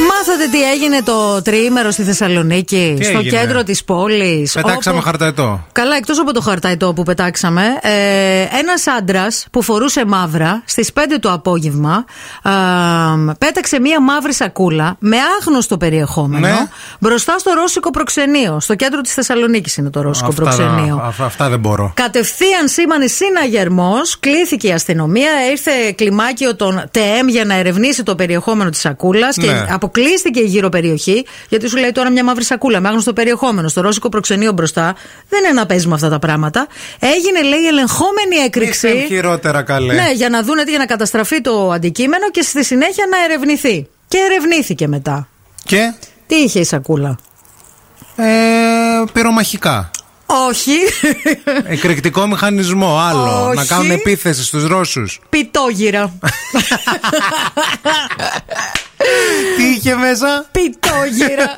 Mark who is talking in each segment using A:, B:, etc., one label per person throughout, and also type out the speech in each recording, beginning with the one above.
A: Μάθατε τι έγινε το τριήμερο στη Θεσσαλονίκη,
B: Τι
A: στο
B: έγινε?
A: κέντρο της πόλης.
B: Πετάξαμε χαρταετό.
A: Καλά, εκτός από το χαρταϊτό που πετάξαμε, ε, ένας άντρας που φορούσε μαύρα στις 5 το απόγευμα ε, πέταξε μία μαύρη σακούλα με άγνωστο περιεχόμενο
B: Ναι.
A: μπροστά στο ρώσικο προξενείο. Στο κέντρο της Θεσσαλονίκης είναι το ρώσικο
B: Αυτά,
A: προξενείο.
B: α- αυτά δεν μπορώ.
A: Κατευθείαν σήμανε συναγερμός, κλήθηκε η αστυνομία, ήρθε κλιμάκιο των ΤΕΜ για να ερευνήσει το περιεχόμενο της σακούλας
B: Ναι.
A: και αποκλείστηκε η γύρω περιοχή. Γιατί σου λέει τώρα μια μαύρη σακούλα με άγνωστο περιεχόμενο, στο ρώσικο προξενείο μπροστά. Δεν είναι να παίζουμε αυτά τα πράγματα. Έγινε, λέει, ελεγχόμενη έκρηξη.
B: Είστε χειρότερα καλέ.
A: Ναι, για να δούνε τι, για να καταστραφεί το αντικείμενο και στη συνέχεια να ερευνηθεί. Και ερευνήθηκε μετά.
B: Και
A: Τι είχε η σακούλα.
B: ε, πυρομαχικά.
A: Όχι.
B: Εκρηκτικό μηχανισμό, άλλο.
A: Όχι.
B: Να κάνουν επίθεση στους Ρώσους.
A: Πιτόγυρα.
B: Τι είχε μέσα.
A: Πιτόγυρα.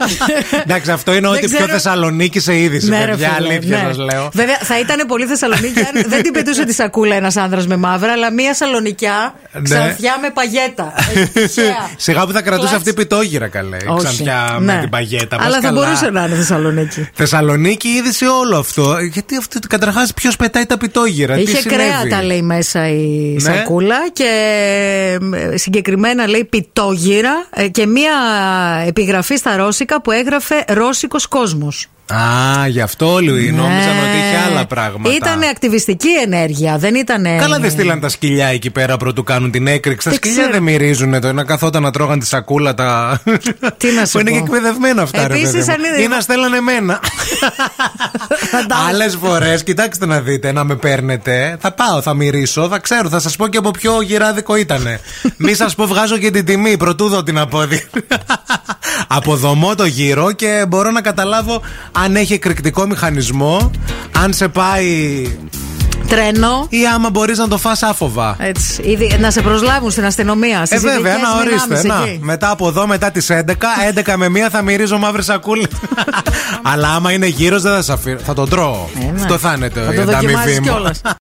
B: Εντάξει, αυτό είναι
A: Δεν
B: ό,τι πιο
A: ξέρω-
B: Θεσσαλονίκη σε είδηση.
A: Ναι, ρε
B: παιδιά,
A: φίλε,
B: αλήθεια
A: ναι.
B: σας λέω.
A: Βέβαια, θα ήταν πολύ Θεσσαλονίκη αν δεν την πετούσε τη σακούλα ένας άνδρας με μαύρα, αλλά μία σαλονικιά
B: Ναι.
A: ξανθιά με παγέτα. Ε, τυχαία.
B: Σιγά που θα κρατούσε
A: Κλατς.
B: αυτή η πιτόγυρα καλέ. η
A: Όχι.
B: Ξανθιά με
A: Ναι.
B: την παγέτα. Πας
A: Αλλά θα
B: καλά.
A: μπορούσε να είναι Θεσσαλονίκη.
B: Θεσσαλονίκη είδηση όλο αυτό. Ε, Γιατί αυτό, καταρχάς, ποιος πετάει τα πιτόγυρα, Ε, τι
A: Είχε
B: συνέβη?
A: κρέατα λέει μέσα η
B: Ναι.
A: σακούλα και ε, συγκεκριμένα λέει πιτόγυρα ε, και μία επιγραφή στα ρώσικα που έγραφε Ρώσικος κόσμος.
B: Α, γι' αυτό όλοι
A: Ναι.
B: νόμιζαν ότι είχε άλλα πράγματα.
A: Ήταν ακτιβιστική ενέργεια, δεν ήταν.
B: Καλά δεν στείλαν τα σκυλιά εκεί πέρα πρωτού κάνουν την έκρηξη. Τα
A: Ε, ναι, Δεν
B: σκυλιά
A: ξέρω.
B: δεν μυρίζουν το. Να καθόταν να τρώγαν τη σακούλα τα.
A: Τι να σου
B: που είναι
A: πω.
B: και εκπαιδευμένα αυτά,
A: Επίσης,
B: ρε παιδί μου.
A: αν είδε-
B: Ή να στέλνανε εμένα. Άλλες φορές, κοιτάξτε να δείτε, να με παίρνετε. Θα πάω, θα μυρίσω, θα ξέρω, θα σας πω και από ποιο γυράδικο ήταν. Μη σας πω, βγάζω και την τιμή, πρωτού δω την απόδειξη. Αποδομώ το γύρο και μπορώ να καταλάβω αν έχει εκρηκτικό μηχανισμό, αν σε πάει
A: Τρένο.
B: ή άμα μπορείς να το φας άφοβα.
A: Έτσι, ήδη, να σε προσλάβουν στην αστυνομία.
B: Ε,
A: Στις
B: βέβαια,
A: ειδικές
B: να ορίστε.
A: δυνάμεις
B: Να.
A: εκεί.
B: Μετά από εδώ, μετά τις 11, 11 με 1 θα μυρίζω μαύρη σακούλα. Αλλά άμα είναι γύρω, δεν θα σε αφήνω. Θα τον τρώω.
A: Ε, ναι.
B: Αυτό θα είναι το
A: Θα
B: η
A: το
B: ανταμοιβή
A: δοκιμάζεις
B: μου.
A: κιόλας.